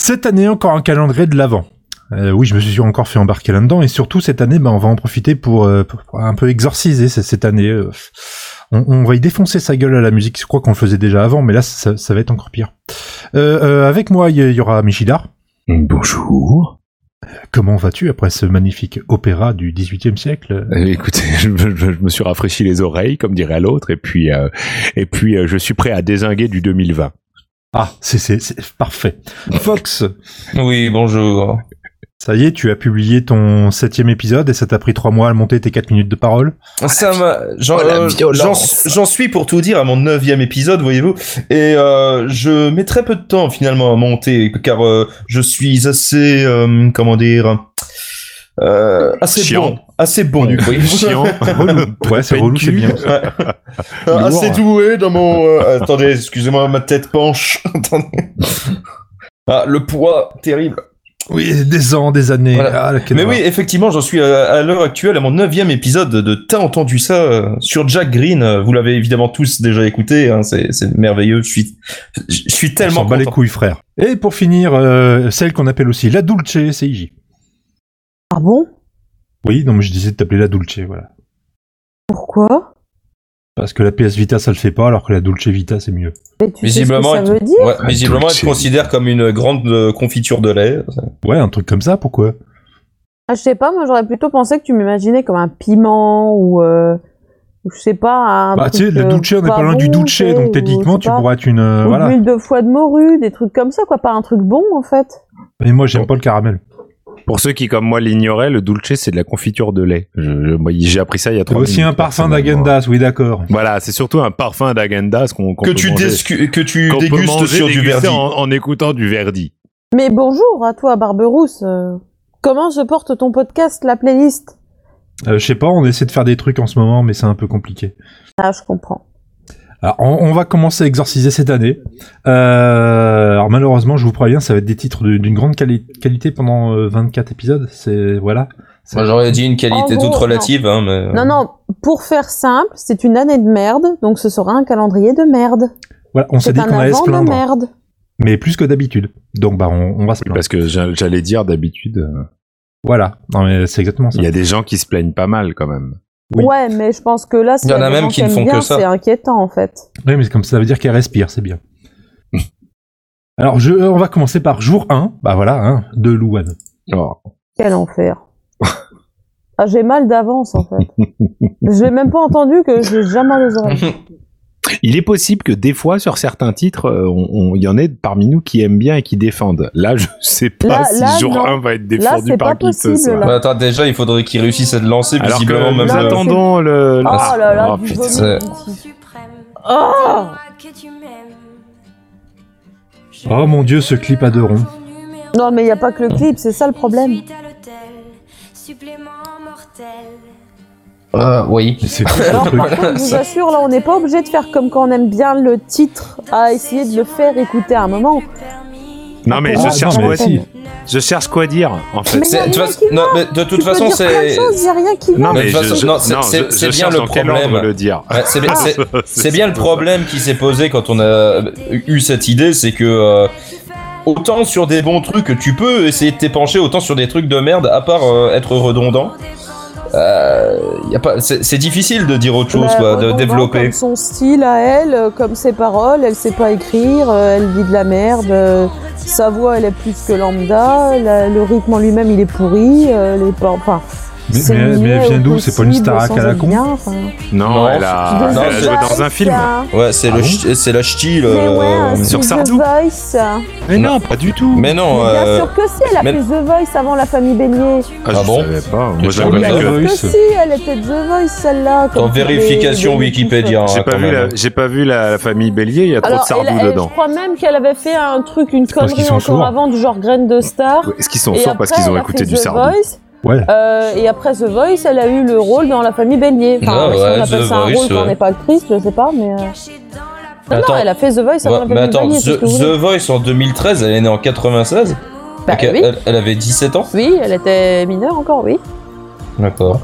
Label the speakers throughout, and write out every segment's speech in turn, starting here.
Speaker 1: Cette année, encore un calendrier de l'avant. Euh, oui, je me suis encore fait embarquer là-dedans. Et surtout, cette année, bah, on va en profiter pour, euh, pour- pour un peu exorciser c- cette année. euh. On, on va y défoncer sa gueule à la musique. Je crois qu'on le faisait déjà avant, mais là, ça, ça va être encore pire. Euh, euh, avec moi, il y, il y aura Michidar.
Speaker 2: Bonjour.
Speaker 1: Comment vas-tu après ce magnifique opéra du XVIIIe siècle
Speaker 2: Euh, écoutez, je, me- je- je me suis rafraîchi les oreilles, comme dirait l'autre, et puis, euh, et puis euh, je suis prêt à désinguer du 2020.
Speaker 1: Ah, c'est- c'est c'est parfait. Fox,
Speaker 3: Oui, bonjour.
Speaker 1: ça y est, tu as publié ton septième épisode et ça t'a pris trois mois à monter tes quatre minutes de parole.
Speaker 3: Ça m'a. J'en
Speaker 2: oh, la
Speaker 3: euh,
Speaker 2: violence.
Speaker 3: j'en- j'en suis pour tout dire à mon neuvième épisode, voyez-vous. Et euh, je mets très peu de temps finalement à monter, car euh, je suis assez. euh, comment dire euh, Assez
Speaker 2: Chiant.
Speaker 3: bon. Assez bon, du coup.
Speaker 2: Chiant.
Speaker 1: Relou. Ouais, c'est
Speaker 2: Peine
Speaker 1: relou, c'est
Speaker 2: cul.
Speaker 1: bien.
Speaker 3: Ouais. Euh,
Speaker 2: Lourd.
Speaker 3: assez doué dans mon. euh, attendez, excusez-moi, ma tête penche. Attendez. Ah, le poids, terrible.
Speaker 1: Oui, des ans, des années.
Speaker 3: Voilà.
Speaker 1: Ah, la
Speaker 3: Mais
Speaker 1: cadence.
Speaker 3: oui, effectivement, j'en suis euh, à, à l'heure actuelle à mon neuvième épisode de T'as entendu ça euh, sur Jack Green. Euh, Vous l'avez évidemment tous déjà écouté, hein, c'est c'est merveilleux. Je suis, je je suis
Speaker 1: On
Speaker 3: tellement
Speaker 1: s'en bat les
Speaker 3: content.
Speaker 1: couilles, frère. Et pour finir, euh, celle qu'on appelle aussi la Dulce, c'est Iji.
Speaker 4: Ah bon
Speaker 1: Oui, non, mais je disais de t'appeler la Dulce, voilà.
Speaker 4: Pourquoi
Speaker 1: Parce que la PS Vita, ça le fait pas, alors que la Dulce Vita, c'est mieux.
Speaker 4: Mais tu sais ce que
Speaker 3: Visiblement,
Speaker 4: ça
Speaker 3: elle-
Speaker 4: veut dire
Speaker 3: Ouais, visiblement, elle
Speaker 2: Dulce.
Speaker 3: te considère comme une grande euh, confiture de lait.
Speaker 1: Ouais, un truc comme ça, pourquoi
Speaker 4: Ah, Je sais pas, moi j'aurais plutôt pensé que tu m'imaginais comme un piment ou, euh, ou je sais pas un
Speaker 1: Bah, tu sais,
Speaker 4: truc,
Speaker 1: la
Speaker 4: euh,
Speaker 1: Dulce, on est pas loin du
Speaker 4: bon,
Speaker 1: Dulce,
Speaker 4: tu sais,
Speaker 1: donc
Speaker 4: ou
Speaker 1: techniquement,
Speaker 4: je sais
Speaker 1: tu
Speaker 4: pas,
Speaker 1: pourrais être une. euh,
Speaker 4: ou de
Speaker 1: voilà.
Speaker 4: l'huile de foie de morue, des trucs comme ça, quoi, pas un truc bon en fait.
Speaker 1: Mais moi, j'aime pas le caramel.
Speaker 2: Pour ceux qui, comme moi, l'ignoraient, le dulce, c'est de la confiture de lait. Je- je- moi, J'ai appris ça il y a
Speaker 1: T'as
Speaker 2: trois
Speaker 1: aussi
Speaker 2: minutes,
Speaker 1: un parfum
Speaker 2: personnellement.
Speaker 1: d'Agendas, oui, d'accord.
Speaker 2: Voilà, c'est surtout un parfum d'Agendas qu'on qu'on
Speaker 3: Que
Speaker 2: peut
Speaker 3: tu,
Speaker 2: manger-
Speaker 3: déscu- que tu
Speaker 2: qu'on peut
Speaker 3: dégustes
Speaker 2: manger,
Speaker 3: sur du
Speaker 2: déguster
Speaker 3: verdi.
Speaker 2: En, en écoutant du verdi.
Speaker 4: Mais bonjour à toi, Barberousse. euh, Comment se porte ton podcast, la playlist
Speaker 1: Euh, je sais pas, on essaie de faire des trucs en ce moment, mais c'est un peu compliqué.
Speaker 4: Ah, je comprends.
Speaker 1: Alors, on, on va commencer à exorciser cette année. Euh, alors, malheureusement, je vous préviens, ça va être des titres de- d'une grande quali- qualité pendant euh, 24 épisodes. C'est voilà.
Speaker 3: Moi, J'aurais dit une qualité
Speaker 4: En gros,
Speaker 3: toute
Speaker 4: non.
Speaker 3: relative. hein,
Speaker 1: Euh.
Speaker 3: mais...
Speaker 4: Non, non, pour faire simple, c'est une année de merde, donc ce sera un calendrier de merde.
Speaker 1: Voilà, on s'est
Speaker 4: C'est
Speaker 1: dit
Speaker 4: un
Speaker 1: qu'on allait se
Speaker 4: avant de
Speaker 1: plaindre,
Speaker 4: merde.
Speaker 1: mais plus que d'habitude. Donc, bah, on, on va se plaindre.
Speaker 2: Parce que j'a- j'allais dire d'habitude, euh,
Speaker 1: Voilà. Non, mais c'est exactement ça.
Speaker 2: il y a des gens qui se plaignent pas mal quand même.
Speaker 1: Oui.
Speaker 4: Ouais, mais je pense que là, c'est
Speaker 3: Il y en a même qui ne font que ça.
Speaker 4: C'est inquiétant en fait.
Speaker 1: Oui, mais comme ça, ça veut dire qu'elle respire, c'est bien. alors, je, on va commencer par jour 1. Bah voilà, hein, de Louane.
Speaker 2: Oh.
Speaker 4: Quel enfer. Ah, j'ai mal d'avance en fait. je l'ai même pas entendu que j'ai jamais mal aux oreilles.
Speaker 2: Il est possible que des fois, sur certains titres, euh, on- on- il y en ait parmi nous qui aiment bien et qui défendent. Là, je sais pas
Speaker 4: Là-
Speaker 2: si
Speaker 4: là,
Speaker 2: jour
Speaker 4: non.
Speaker 2: 1 va être défendu
Speaker 4: c'est
Speaker 2: par
Speaker 4: pas
Speaker 2: qui que ce
Speaker 4: possible,
Speaker 2: soit.
Speaker 4: là.
Speaker 3: Ouais, attends, déjà, il faudrait qu'ils réussissent à le lancer,
Speaker 2: Alors que
Speaker 3: visiblement,
Speaker 2: nous
Speaker 3: même
Speaker 4: là,
Speaker 3: euh,
Speaker 4: attends.
Speaker 2: attendons le...
Speaker 4: Oh
Speaker 2: la-
Speaker 4: là là,
Speaker 2: Oh,
Speaker 4: du
Speaker 2: putain.
Speaker 4: vomi.
Speaker 3: c'est-
Speaker 4: Oh
Speaker 1: Oh mon Dieu, ce clip à deux ronds.
Speaker 4: Non, mais il n'y a pas que le clip, c'est ça le problème.
Speaker 3: euh, oui.
Speaker 1: C'est quoi
Speaker 4: Alors,
Speaker 1: ce truc
Speaker 4: par contre, je vous assure, là, on n'est pas obligé de faire comme quand on aime bien le titre, à essayer de le faire écouter à un moment.
Speaker 2: Non mais
Speaker 1: Ah,
Speaker 2: je
Speaker 1: non,
Speaker 2: cherche,
Speaker 1: mais
Speaker 2: quoi,
Speaker 1: si.
Speaker 2: je cherche quoi dire en fait.
Speaker 4: Mais il y a
Speaker 3: C'est- de
Speaker 4: rien
Speaker 3: toute
Speaker 4: qui
Speaker 3: façon- non, mais de toute
Speaker 4: Tu peux
Speaker 3: façon,
Speaker 4: dire plein de
Speaker 3: c'est.
Speaker 4: choses, il n'y a rien qui va.
Speaker 2: Non
Speaker 3: Mais
Speaker 2: mais
Speaker 3: de toute
Speaker 2: je,
Speaker 3: façon,
Speaker 2: je-
Speaker 3: non, c'est-
Speaker 2: non,
Speaker 3: c'est-
Speaker 2: je-
Speaker 3: c'est
Speaker 2: je
Speaker 3: bien
Speaker 2: cherche
Speaker 3: le
Speaker 2: dans quel
Speaker 3: problème.
Speaker 2: ordre le dire.
Speaker 3: Ouais, c'est
Speaker 2: Ah,
Speaker 3: bien- c'est- C'est bien le problème qui s'est posé quand on a eu cette idée, c'est que euh, autant sur des bons trucs tu peux essayer de t'épancher, autant sur des trucs de merde, à part euh, être redondant, euh, y a pas, c'est, c'est difficile de dire autre chose,
Speaker 4: Bah,
Speaker 3: quoi, de
Speaker 4: redondant
Speaker 3: développer.
Speaker 4: Comme son style à elle, euh, comme ses paroles, elle sait pas écrire, euh, elle dit de la merde, euh, sa voix elle est plus que lambda, la- le rythme en lui-même il est pourri, euh, les par- enfin.
Speaker 1: Mais-
Speaker 4: c'est
Speaker 1: mais- mais
Speaker 4: niais
Speaker 1: elle vient
Speaker 4: au
Speaker 1: d'où C'est pas une
Speaker 4: possible,
Speaker 1: starac
Speaker 4: sans
Speaker 1: à la
Speaker 4: être
Speaker 1: con
Speaker 4: bien, enfin.
Speaker 2: Ah, Non,
Speaker 3: Non,
Speaker 2: elle a,
Speaker 3: c'est-
Speaker 2: elle a
Speaker 4: The
Speaker 2: joué dans un
Speaker 4: Voice,
Speaker 2: film.
Speaker 4: hein.
Speaker 3: Ouais, c'est,
Speaker 2: Ah
Speaker 3: le,
Speaker 2: bon
Speaker 3: ch- c'est la ch'tille.
Speaker 4: Mais
Speaker 3: euh,
Speaker 4: ouais, un
Speaker 2: sur
Speaker 4: truc
Speaker 2: Sardou.
Speaker 4: The Voice.
Speaker 2: Mais
Speaker 3: Non.
Speaker 2: non, pas du tout.
Speaker 3: mais non,
Speaker 4: Mais bien
Speaker 3: euh,
Speaker 4: sûr que si, elle a
Speaker 3: mais-
Speaker 4: fait The Voice avant la famille Beignet.
Speaker 2: Ah, je
Speaker 3: Ah bon
Speaker 2: savais pas. Moi je la connais
Speaker 3: Ah,
Speaker 4: Mais
Speaker 3: oui,
Speaker 4: bien
Speaker 3: The
Speaker 2: que.
Speaker 4: sûr que
Speaker 1: Euh, Voice.
Speaker 4: si, elle était de The Voice celle-là.
Speaker 3: en
Speaker 4: comme toutes les-
Speaker 3: vérification
Speaker 4: les- les-
Speaker 3: Wikipédia.
Speaker 4: euh,
Speaker 3: hein,
Speaker 2: J'ai pas,
Speaker 3: quand
Speaker 2: vu la-
Speaker 3: même.
Speaker 2: j'ai pas vu la, la famille Bélier, il y a trop de
Speaker 4: Alors,
Speaker 2: sardou
Speaker 4: elle- elle-
Speaker 2: dedans.
Speaker 4: je crois même qu'elle avait fait un truc, une
Speaker 1: parce qu'ils
Speaker 4: connerie
Speaker 1: sont
Speaker 4: encore
Speaker 1: sourds.
Speaker 4: avant, du genre graine de star.
Speaker 2: Ouais, Est-ce qu'ils sont
Speaker 4: Et
Speaker 2: forts parce
Speaker 4: après,
Speaker 2: qu'ils ont
Speaker 4: elle a
Speaker 2: écouté
Speaker 4: fait
Speaker 2: du
Speaker 4: The
Speaker 2: sardou
Speaker 4: Voice,
Speaker 1: Ouais.
Speaker 4: euh, et après The Voice, elle a eu le rôle dans La Famille Bélier. Enfin,
Speaker 3: Ah
Speaker 4: si
Speaker 3: ouais,
Speaker 4: on appelle
Speaker 3: The
Speaker 4: ça un
Speaker 3: Voice,
Speaker 4: rôle quand on
Speaker 3: ouais.
Speaker 4: n'est pas actrice, je sais pas, mais. euh,
Speaker 3: Attends.
Speaker 4: Non, elle a fait The Voice avant
Speaker 3: Ouais,
Speaker 4: La
Speaker 3: Bah, mais
Speaker 4: Famille
Speaker 3: attends,
Speaker 4: Bélier. qu'est-ce
Speaker 3: The,
Speaker 4: que vous
Speaker 3: The
Speaker 4: voulez
Speaker 3: Voice en 2013, elle est née en 96,
Speaker 4: Bah
Speaker 3: donc
Speaker 4: oui.
Speaker 3: elle, elle avait 17 ans.
Speaker 4: Oui, elle était mineure encore, oui.
Speaker 3: D'accord.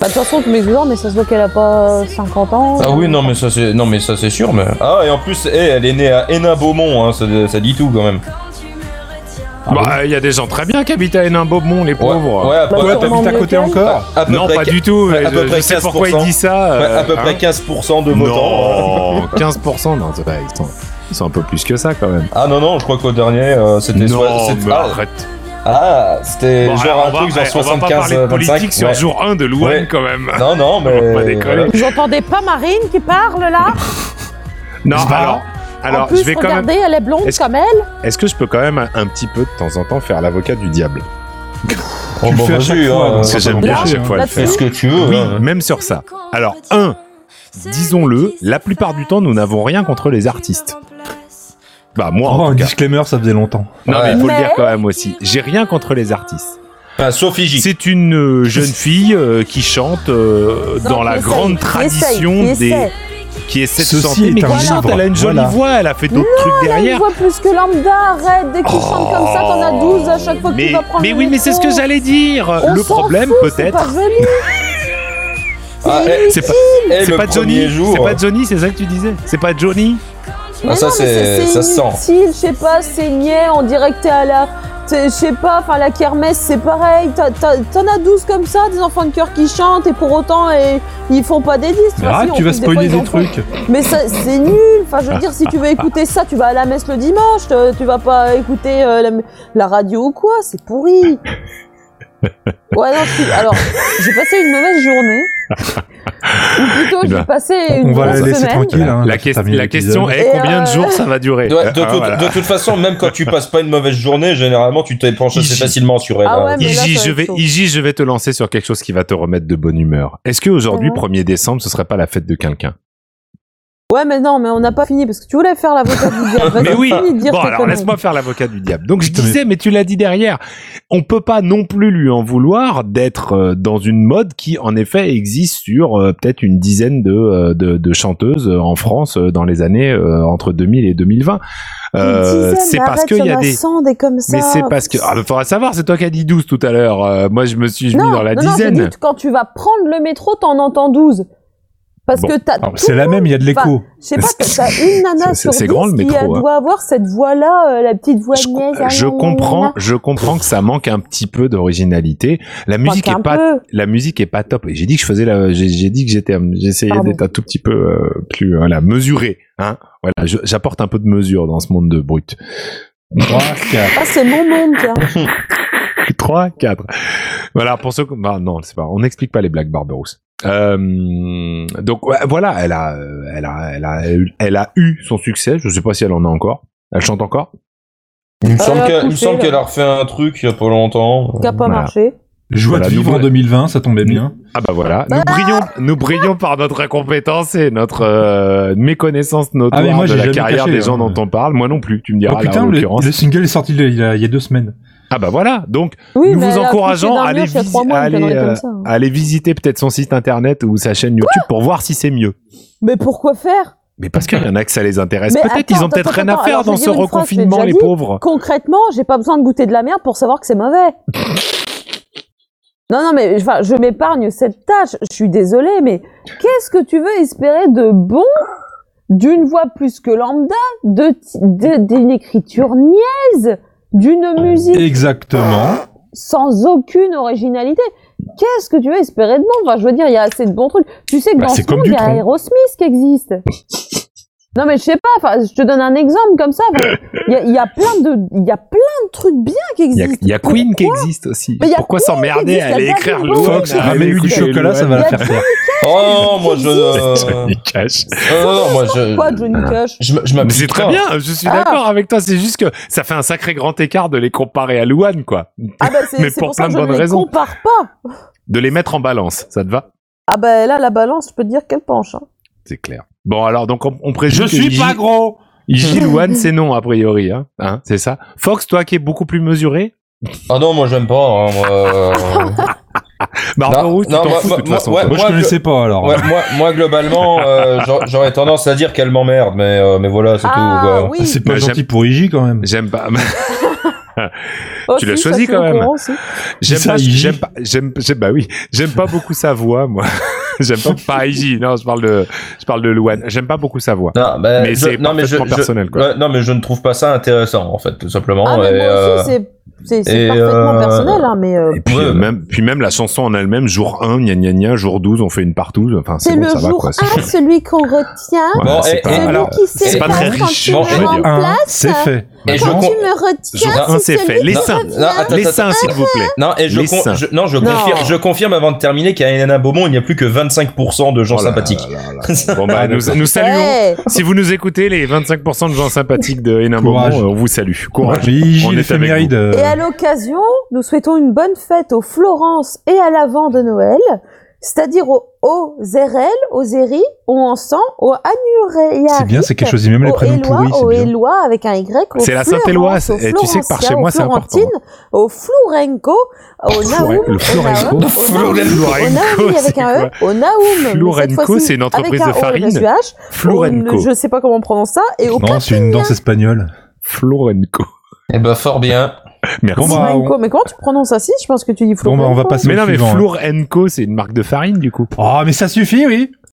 Speaker 4: Bah, de toute façon, tous mes jours, mais ça se voit qu'elle a pas 50 ans.
Speaker 3: Ah oui, non mais ça c'est non mais ça c'est sûr mais Ah et en plus eh, elle est née à Hénin Beaumont hein, ça, ça dit tout quand même.
Speaker 2: Bah, il y a des gens très bien qui habitent à Hénin-Beaumont, les pauvres.
Speaker 3: ouais, à peu,
Speaker 1: Quoi,
Speaker 4: sûrement
Speaker 1: t'habites à côté
Speaker 4: Angleterre.
Speaker 1: encore
Speaker 3: à peu
Speaker 2: Non,
Speaker 3: près,
Speaker 2: pas du tout.
Speaker 3: à
Speaker 2: mais
Speaker 3: peu
Speaker 2: je-
Speaker 3: près
Speaker 2: je sais pourquoi il
Speaker 3: 15%.
Speaker 2: dit ça.
Speaker 3: ouais,
Speaker 2: euh,
Speaker 3: à peu près
Speaker 2: hein.
Speaker 3: 15% de votants.
Speaker 2: Non, 15%, non, c'est pas- ils, sont, ils sont un peu plus que ça quand même.
Speaker 3: Ah non, non, je crois qu'au dernier, euh, c'était
Speaker 2: Non,
Speaker 3: soit- c'était-
Speaker 2: mais
Speaker 3: ah,
Speaker 2: arrête.
Speaker 3: Ah, c'était
Speaker 2: Bon,
Speaker 3: genre
Speaker 2: alors,
Speaker 3: un
Speaker 2: on va-
Speaker 3: truc
Speaker 2: eh,
Speaker 3: genre
Speaker 2: on va pas
Speaker 3: 75
Speaker 2: parler de
Speaker 3: 25.
Speaker 2: politique sur
Speaker 3: ouais.
Speaker 2: jour 1 de Louane
Speaker 3: Ouais.
Speaker 2: quand même.
Speaker 3: Non, non, mais euh,
Speaker 2: On va pas déconner.
Speaker 4: Vous entendez pas Marine qui parle là
Speaker 2: Non,
Speaker 1: Bah,
Speaker 2: alors,
Speaker 4: En
Speaker 2: alors
Speaker 4: plus,
Speaker 2: je vais quand même.
Speaker 4: regardez, elle est blonde
Speaker 2: Est-ce-
Speaker 4: comme elle.
Speaker 2: Est-ce que je peux quand même un, un petit peu de temps en temps faire l'avocat du diable
Speaker 3: Oh,
Speaker 1: Tu le
Speaker 3: bon,
Speaker 1: fais à
Speaker 3: vas-y,
Speaker 1: chaque fois,
Speaker 3: hein,
Speaker 1: donc
Speaker 3: euh,
Speaker 1: c'est
Speaker 2: Parce que j'aime
Speaker 1: pas
Speaker 2: bien à
Speaker 1: compliqué,
Speaker 2: chaque fois le
Speaker 4: là-dessus.
Speaker 3: fais
Speaker 2: faire.
Speaker 3: ce que tu veux.
Speaker 2: Oui,
Speaker 3: hein.
Speaker 2: même sur ça. Alors, un, disons-le, la plupart du temps, nous n'avons rien contre les artistes. Bah, moi,
Speaker 1: Oh,
Speaker 2: en
Speaker 1: un
Speaker 2: tout cas.
Speaker 1: disclaimer, ça faisait longtemps.
Speaker 2: Non, mais il faut le
Speaker 4: Mais-
Speaker 2: dire quand même Ah, aussi. J'ai rien contre les artistes.
Speaker 3: Enfin, Sophie J.
Speaker 2: C'est une euh, jeune fille euh, qui chante euh, dans
Speaker 4: Non,
Speaker 2: la
Speaker 4: qui
Speaker 2: grande
Speaker 4: essaye, qui
Speaker 2: tradition
Speaker 4: essaye, qui
Speaker 2: des.
Speaker 4: essaye.
Speaker 2: qui essaie
Speaker 1: Ceci
Speaker 2: de chanter, mais
Speaker 1: est un
Speaker 2: qui chante,
Speaker 1: livre.
Speaker 2: elle a une jolie
Speaker 1: Voilà.
Speaker 2: voix, elle a fait d'autres trucs
Speaker 4: Une
Speaker 2: derrière. Oh.
Speaker 4: voix plus que lambda, arrête, dès que tu chantes comme ça, t'en as 12 à chaque fois que
Speaker 2: mais,
Speaker 4: tu vas prendre
Speaker 2: mais
Speaker 4: le
Speaker 2: oui, mais c'est ce
Speaker 4: métro.
Speaker 2: que j'allais dire.
Speaker 4: On
Speaker 2: le
Speaker 4: s'en
Speaker 2: problème,
Speaker 4: fout, c'est pas
Speaker 2: peut-être,
Speaker 4: joli.
Speaker 3: Ah, eh,
Speaker 2: c'est pas,
Speaker 3: eh,
Speaker 2: c'est
Speaker 3: le
Speaker 2: pas
Speaker 3: premier
Speaker 2: Johnny.
Speaker 3: jour.
Speaker 2: C'est pas Johnny, c'est ça que tu disais. C'est pas Johnny.
Speaker 4: Mais
Speaker 3: ah, ça,
Speaker 4: non, mais
Speaker 3: c'est-
Speaker 4: c'est-
Speaker 3: ça
Speaker 4: c'est
Speaker 3: sent.
Speaker 4: inutile, Je sais pas, c'est niais, on dirait que t'es à la. t'es- Je sais pas, enfin la kermesse c'est pareil, T'as- t'as- t'en as 12 comme ça, des enfants de cœur qui chantent et pour autant et, ils font pas des 10.
Speaker 1: Mais
Speaker 4: Enfin,
Speaker 1: arrête,
Speaker 4: Ah, si, en
Speaker 1: Ah, tu vas
Speaker 4: plus, fois,
Speaker 1: spoiler
Speaker 4: ils en
Speaker 1: des
Speaker 4: font.
Speaker 1: trucs.
Speaker 4: Mais ça, c'est nul, enfin je veux dire, si tu veux écouter ça, tu vas à la messe le dimanche, te- tu vas pas écouter euh, la, la radio ou quoi, c'est pourri. Ouais, non, je suis- alors j'ai passé une mauvaise journée, ou plutôt
Speaker 2: Eh ben,
Speaker 4: j'ai passé une
Speaker 1: On va la
Speaker 4: grosse
Speaker 1: laisser
Speaker 4: semaine.
Speaker 1: tranquille. hein,
Speaker 2: la,
Speaker 1: là,
Speaker 2: ques-
Speaker 1: ça termine
Speaker 2: la
Speaker 1: l'épisode.
Speaker 2: question est
Speaker 4: Et
Speaker 2: combien de
Speaker 4: euh,
Speaker 2: jours ça va durer.
Speaker 3: Ouais, de,
Speaker 2: Ah,
Speaker 3: toute-
Speaker 2: voilà.
Speaker 3: de toute façon, même quand tu passes pas une mauvaise journée, généralement tu t'es penché assez
Speaker 2: Iji.
Speaker 3: facilement sur elle.
Speaker 4: Ah
Speaker 3: hein.
Speaker 4: ouais, mais- là, ça
Speaker 2: Iji,
Speaker 4: va
Speaker 2: je
Speaker 4: être
Speaker 2: vais,
Speaker 4: chaud.
Speaker 2: Iji, je vais te lancer sur quelque chose qui va te remettre de bonne humeur. Est-ce qu'aujourd'hui,
Speaker 4: Ouais.
Speaker 2: 1er décembre, ce serait pas la fête de quelqu'un
Speaker 4: Ouais, mais non, mais on n'a pas fini parce que tu voulais faire l'avocat du diable. Vas-y,
Speaker 2: Mais oui.
Speaker 4: finis Bah, de dire
Speaker 2: Bon,
Speaker 4: tes
Speaker 2: alors
Speaker 4: conneries.
Speaker 2: laisse-moi faire l'avocat du diable. Donc je
Speaker 1: Putain,
Speaker 2: disais, mais tu l'as dit derrière, on peut pas non plus lui en vouloir d'être euh, dans une mode qui en effet existe sur euh, peut-être une dizaine de, euh, de, de chanteuses euh, en France euh, dans les années euh, entre 2000 et 2020. Euh,
Speaker 4: Une dizaine,
Speaker 2: c'est
Speaker 4: mais
Speaker 2: parce
Speaker 4: arrête,
Speaker 2: qu'il y a
Speaker 4: en
Speaker 2: des
Speaker 4: 100 des comme ça.
Speaker 2: mais c'est parce que ah, mais faudra savoir, c'est toi qui as dit 12 tout à l'heure. Euh, moi je me suis je
Speaker 4: non,
Speaker 2: mis dans la
Speaker 4: non,
Speaker 2: dizaine.
Speaker 4: Non, j'ai dit, quand tu vas prendre le métro, t'en entends 12. Parce
Speaker 2: Bon. Ah,
Speaker 4: que t'as.
Speaker 1: Alors,
Speaker 4: tout-
Speaker 1: Ah, C'est la même, il y a de l'écho.
Speaker 4: Je sais pas, t'as- t'as une nana
Speaker 2: C'est-
Speaker 4: sur
Speaker 2: c'est
Speaker 4: 10
Speaker 2: grand, le
Speaker 4: qui
Speaker 2: métro,
Speaker 4: euh,
Speaker 2: hein.
Speaker 4: doit avoir cette voix-là, euh, la petite voix
Speaker 2: Je,
Speaker 4: de
Speaker 2: com-
Speaker 4: niaise, ah,
Speaker 2: je
Speaker 4: nan, nan, nan,
Speaker 2: comprends,
Speaker 4: nan.
Speaker 2: je comprends que ça manque un petit peu d'originalité. La
Speaker 4: Enfin,
Speaker 2: musique
Speaker 4: qu'un
Speaker 2: est pas
Speaker 4: peu. Bah,
Speaker 2: la musique est pas top. Et j'ai dit que je faisais la, j'ai, j'ai dit que j'étais, j'essayais
Speaker 4: Pardon.
Speaker 2: d'être un tout petit peu euh, plus, voilà, mesuré, hein. Voilà, je- j'apporte un peu de mesure dans ce monde de brut.
Speaker 1: 3, 4.
Speaker 4: Ah, c'est mon monde, tiens.
Speaker 2: 3, 4. Voilà, pour ceux que, bah, non, c'est pas, on n'explique pas les blagues Barberousse. Euh, donc ouais, voilà, elle a, euh, elle a, elle a, eu- elle a eu son succès. Je sais pas si elle en a encore. Elle chante encore.
Speaker 3: Il me semble
Speaker 4: Ah,
Speaker 3: que- il me
Speaker 4: poussé,
Speaker 3: semble
Speaker 4: là.
Speaker 3: qu'elle a refait un truc il y a pas longtemps.
Speaker 4: Qui a pas
Speaker 2: Voilà.
Speaker 4: marché.
Speaker 1: Joie
Speaker 2: Voilà,
Speaker 1: de vivre en
Speaker 2: nouvelle-
Speaker 1: 2020, ça tombait bien.
Speaker 2: Ah bah voilà, nous brillons, nous brillons par notre incompétence et notre euh, méconnaissance notoire
Speaker 1: Ah, mais moi,
Speaker 2: de
Speaker 1: j'ai
Speaker 2: la
Speaker 1: jamais
Speaker 2: carrière
Speaker 1: caché,
Speaker 2: des gens
Speaker 1: hein.
Speaker 2: dont on parle. Moi non plus, tu me diras
Speaker 1: oh
Speaker 2: là,
Speaker 1: putain,
Speaker 2: en
Speaker 1: le,
Speaker 2: l'occurrence.
Speaker 1: le single est sorti il y a, il y a deux semaines.
Speaker 2: Ah bah voilà, donc
Speaker 4: Oui,
Speaker 2: Nous vous
Speaker 4: mais elle a accouché
Speaker 2: encourageons
Speaker 4: d'un
Speaker 2: à aller
Speaker 4: mioche il y a
Speaker 2: visi-
Speaker 4: trois mois,
Speaker 2: à
Speaker 4: une
Speaker 2: aller,
Speaker 4: connerie
Speaker 2: euh,
Speaker 4: comme ça, hein.
Speaker 2: allez visiter peut-être son site internet ou sa chaîne YouTube pour voir si c'est mieux.
Speaker 4: Mais pourquoi faire
Speaker 2: Mais parce qu'il y en a que ça les intéresse.
Speaker 4: Mais
Speaker 2: Peut-être
Speaker 4: attends,
Speaker 2: ils ont peut-être
Speaker 4: attends,
Speaker 2: rien
Speaker 4: attends,
Speaker 2: à faire
Speaker 4: alors, je
Speaker 2: dans
Speaker 4: vais
Speaker 2: ce
Speaker 4: dire une phrase, je l'ai
Speaker 2: reconfinement,
Speaker 4: déjà
Speaker 2: les
Speaker 4: dit.
Speaker 2: pauvres.
Speaker 4: concrètement, j'ai pas besoin de goûter de la merde pour savoir que c'est mauvais. Non, non, mais enfin, je m'épargne cette tâche. Je suis désolée, mais qu'est-ce que tu veux espérer de bon d'une voix plus que lambda, de ti- de- d'une écriture niaise, d'une musique
Speaker 1: Exactement.
Speaker 4: sans aucune originalité Qu'est-ce que tu veux espérer de bon Enfin, je veux dire, il y a assez de bons trucs. Tu sais que
Speaker 1: Bah,
Speaker 4: dans
Speaker 1: c'est
Speaker 4: ce
Speaker 1: comme
Speaker 4: monde, il y a
Speaker 1: Dutronc.
Speaker 4: Aerosmith qui existe. Non mais je sais pas, enfin, je te donne un exemple comme ça. Enfin, Il y, a- il y a plein de, il y a plein de trucs bien qui
Speaker 2: Il y a,
Speaker 4: existent.
Speaker 2: il y a Queen qui existe aussi.
Speaker 4: Mais il y a
Speaker 2: Pourquoi s'emmerder à
Speaker 4: existe, il y a
Speaker 2: aller
Speaker 4: David
Speaker 2: écrire
Speaker 4: Bowie.
Speaker 2: l'eau
Speaker 1: Fox,
Speaker 4: Ouais,
Speaker 1: ramenez lui du chocolat, ça va la
Speaker 4: Ouais.
Speaker 1: faire taire.
Speaker 3: Oh, moi je. euh,
Speaker 4: Ah.
Speaker 2: Johnny
Speaker 1: Ah,
Speaker 2: Cash.
Speaker 3: euh, non, moi
Speaker 4: Quoi,
Speaker 3: je.
Speaker 2: Euh,
Speaker 4: Johnny Cash
Speaker 3: Je, m- je
Speaker 2: Mais
Speaker 3: m'applique
Speaker 2: C'est très
Speaker 3: pas.
Speaker 2: bien, je suis
Speaker 4: Ah.
Speaker 2: d'accord avec toi. C'est juste que ça fait un sacré grand écart de les comparer à Louane, quoi.
Speaker 4: Ah bah c'est
Speaker 2: Mais
Speaker 4: c'est
Speaker 2: pour
Speaker 4: pour,
Speaker 2: plein
Speaker 4: ça
Speaker 2: de
Speaker 4: que je
Speaker 2: bonnes
Speaker 4: ne les
Speaker 2: raisons.
Speaker 4: compare pas.
Speaker 2: De les mettre en balance, ça te va
Speaker 4: Ah bah là, la balance, je peux te dire qu'elle penche. hein.
Speaker 2: C'est clair. Bon, alors, donc, on, on présume. que Iji-
Speaker 1: gros
Speaker 2: Iji Louane, c'est non, a priori, hein. Hein, c'est ça. Fox, toi qui es beaucoup plus mesuré.
Speaker 3: Ah non, moi j'aime pas. hein, moi, euh,
Speaker 2: Barbarou, Bah, tu
Speaker 3: non,
Speaker 2: t'en
Speaker 3: moi-
Speaker 2: fous de toute
Speaker 3: moi-
Speaker 2: façon.
Speaker 3: ouais,
Speaker 2: toi.
Speaker 1: Moi, je
Speaker 3: Moi,
Speaker 1: connaissais pas alors.
Speaker 3: ouais, moi, moi globalement, euh, j'a- j'aurais tendance à dire qu'elle m'emmerde, mais, euh, mais voilà, c'est tout.
Speaker 4: Ah
Speaker 3: quoi.
Speaker 1: Ah,
Speaker 4: oui.
Speaker 1: C'est pas
Speaker 2: Bah,
Speaker 1: gentil pour Iji quand même.
Speaker 2: J'aime pas.
Speaker 4: Oh,
Speaker 2: tu l'as
Speaker 4: si, ça,
Speaker 2: choisi
Speaker 4: je suis
Speaker 2: quand
Speaker 4: au
Speaker 2: même.
Speaker 4: courant, si.
Speaker 2: J'aime
Speaker 1: Ça,
Speaker 2: pas,
Speaker 1: Iji.
Speaker 2: j'aime pas, j'aime, j'aime- bah oui, j'aime pas beaucoup sa voix, moi. J'aime pas Parigi. Non, je parle de, je parle de Louane. J'aime pas beaucoup sa voix.
Speaker 3: Non, bah,
Speaker 2: Mais
Speaker 3: je-
Speaker 2: c'est
Speaker 3: non, mais je,
Speaker 2: parfaitement
Speaker 3: je-
Speaker 2: personnel, quoi.
Speaker 3: ouais, non, mais je ne trouve pas ça intéressant, en fait, tout simplement.
Speaker 4: Ah, mais
Speaker 3: Et,
Speaker 4: moi
Speaker 3: euh,
Speaker 4: aussi, c'est- c'est c'est
Speaker 3: et,
Speaker 4: parfaitement
Speaker 3: euh,
Speaker 4: personnel, hein, mais euh,
Speaker 2: Et puis,
Speaker 3: Ouais,
Speaker 2: euh,
Speaker 3: bah.
Speaker 2: même, puis même la chanson en elle-même, jour 1, gna gna gna, jour 12, on fait une partouze. Enfin, c'est
Speaker 4: c'est
Speaker 2: bon,
Speaker 4: le
Speaker 2: ça va,
Speaker 4: jour
Speaker 2: quoi. C'est-
Speaker 4: 1, celui qu'on retient.
Speaker 2: Voilà,
Speaker 3: Bon,
Speaker 2: c'est
Speaker 3: et-
Speaker 2: pas-
Speaker 3: et-
Speaker 4: Celui
Speaker 2: alors,
Speaker 4: qui sait
Speaker 2: c'est pas
Speaker 4: pas
Speaker 2: très
Speaker 4: quand
Speaker 2: riche.
Speaker 4: tu
Speaker 3: Bon,
Speaker 4: me
Speaker 3: je vais
Speaker 4: rends
Speaker 3: dire.
Speaker 1: Un,
Speaker 4: place,
Speaker 1: Hein, c'est fait.
Speaker 3: Et je
Speaker 4: quand
Speaker 3: con-
Speaker 4: tu me
Speaker 2: Jour
Speaker 4: retiens,
Speaker 2: 1,
Speaker 4: c'est
Speaker 2: c'est fait.
Speaker 4: celui
Speaker 2: Les
Speaker 4: qui
Speaker 2: seins.
Speaker 4: revient.
Speaker 3: Attends,
Speaker 2: Les
Speaker 3: attends,
Speaker 2: seins, s'il vous plaît.
Speaker 3: Non, et je,
Speaker 2: Les
Speaker 3: con-
Speaker 2: seins.
Speaker 3: je- non, je,
Speaker 4: Non.
Speaker 3: Confirme, je confirme avant de terminer qu'à Elena Beaumont, il n'y a plus que 25% de gens
Speaker 2: Oh là
Speaker 3: sympathiques.
Speaker 2: là là là. Bon,
Speaker 1: Ah,
Speaker 2: bah, nous, nous saluons.
Speaker 4: Ouais.
Speaker 2: Si vous nous écoutez, les 25% de gens sympathiques de Hénin
Speaker 1: Courage.
Speaker 2: Beaumont, euh, on vous salue. Courage.
Speaker 1: Corrige
Speaker 2: On est avec
Speaker 1: l'éphéméride. euh,
Speaker 4: Et à l'occasion, nous souhaitons une bonne fête aux Florence et à l'avant de Noël, c'est-à-dire aux, aux Erel, aux Eri, aux Ansan, aux Anuré.
Speaker 1: C'est bien, c'est quelque chose. Même les
Speaker 4: Au
Speaker 1: prénoms
Speaker 4: Éloi,
Speaker 1: pourris,
Speaker 4: au
Speaker 1: c'est bien.
Speaker 4: Éloi avec un Y. au
Speaker 2: C'est la
Speaker 4: Florence,
Speaker 2: Saint-Éloi,
Speaker 4: au
Speaker 2: c'est- et tu sais que par
Speaker 4: Florentia,
Speaker 2: chez moi,
Speaker 4: au
Speaker 2: c'est important.
Speaker 4: Florentine, Au Flourenco, au Naoum,
Speaker 2: le
Speaker 4: au
Speaker 2: Florenco.
Speaker 4: Naoum, au Naoum, au
Speaker 2: Florenco,
Speaker 4: Naoum, avec
Speaker 2: c'est
Speaker 4: un E, au Naoum. mais cette
Speaker 2: Florenco,
Speaker 4: fois-ci,
Speaker 2: c'est une entreprise
Speaker 4: avec un
Speaker 2: de
Speaker 4: O,
Speaker 2: farine.
Speaker 4: SUH, au-
Speaker 2: Florenco.
Speaker 4: Je sais pas comment on prononce ça. Et au
Speaker 1: Non, c'est une danse espagnole.
Speaker 2: Florenco.
Speaker 3: Eh ben, fort bien.
Speaker 2: Merci.
Speaker 1: Bon, bah,
Speaker 4: Florenco. Mais comment tu prononces ça si Je pense que tu dis
Speaker 1: Bon,
Speaker 4: Florenco.
Speaker 1: bah, on va passer
Speaker 2: mais
Speaker 1: au
Speaker 2: non, mais
Speaker 1: suivant.
Speaker 2: Florenco, c'est une marque de farine, du coup.
Speaker 1: Oh, mais ça suffit, oui.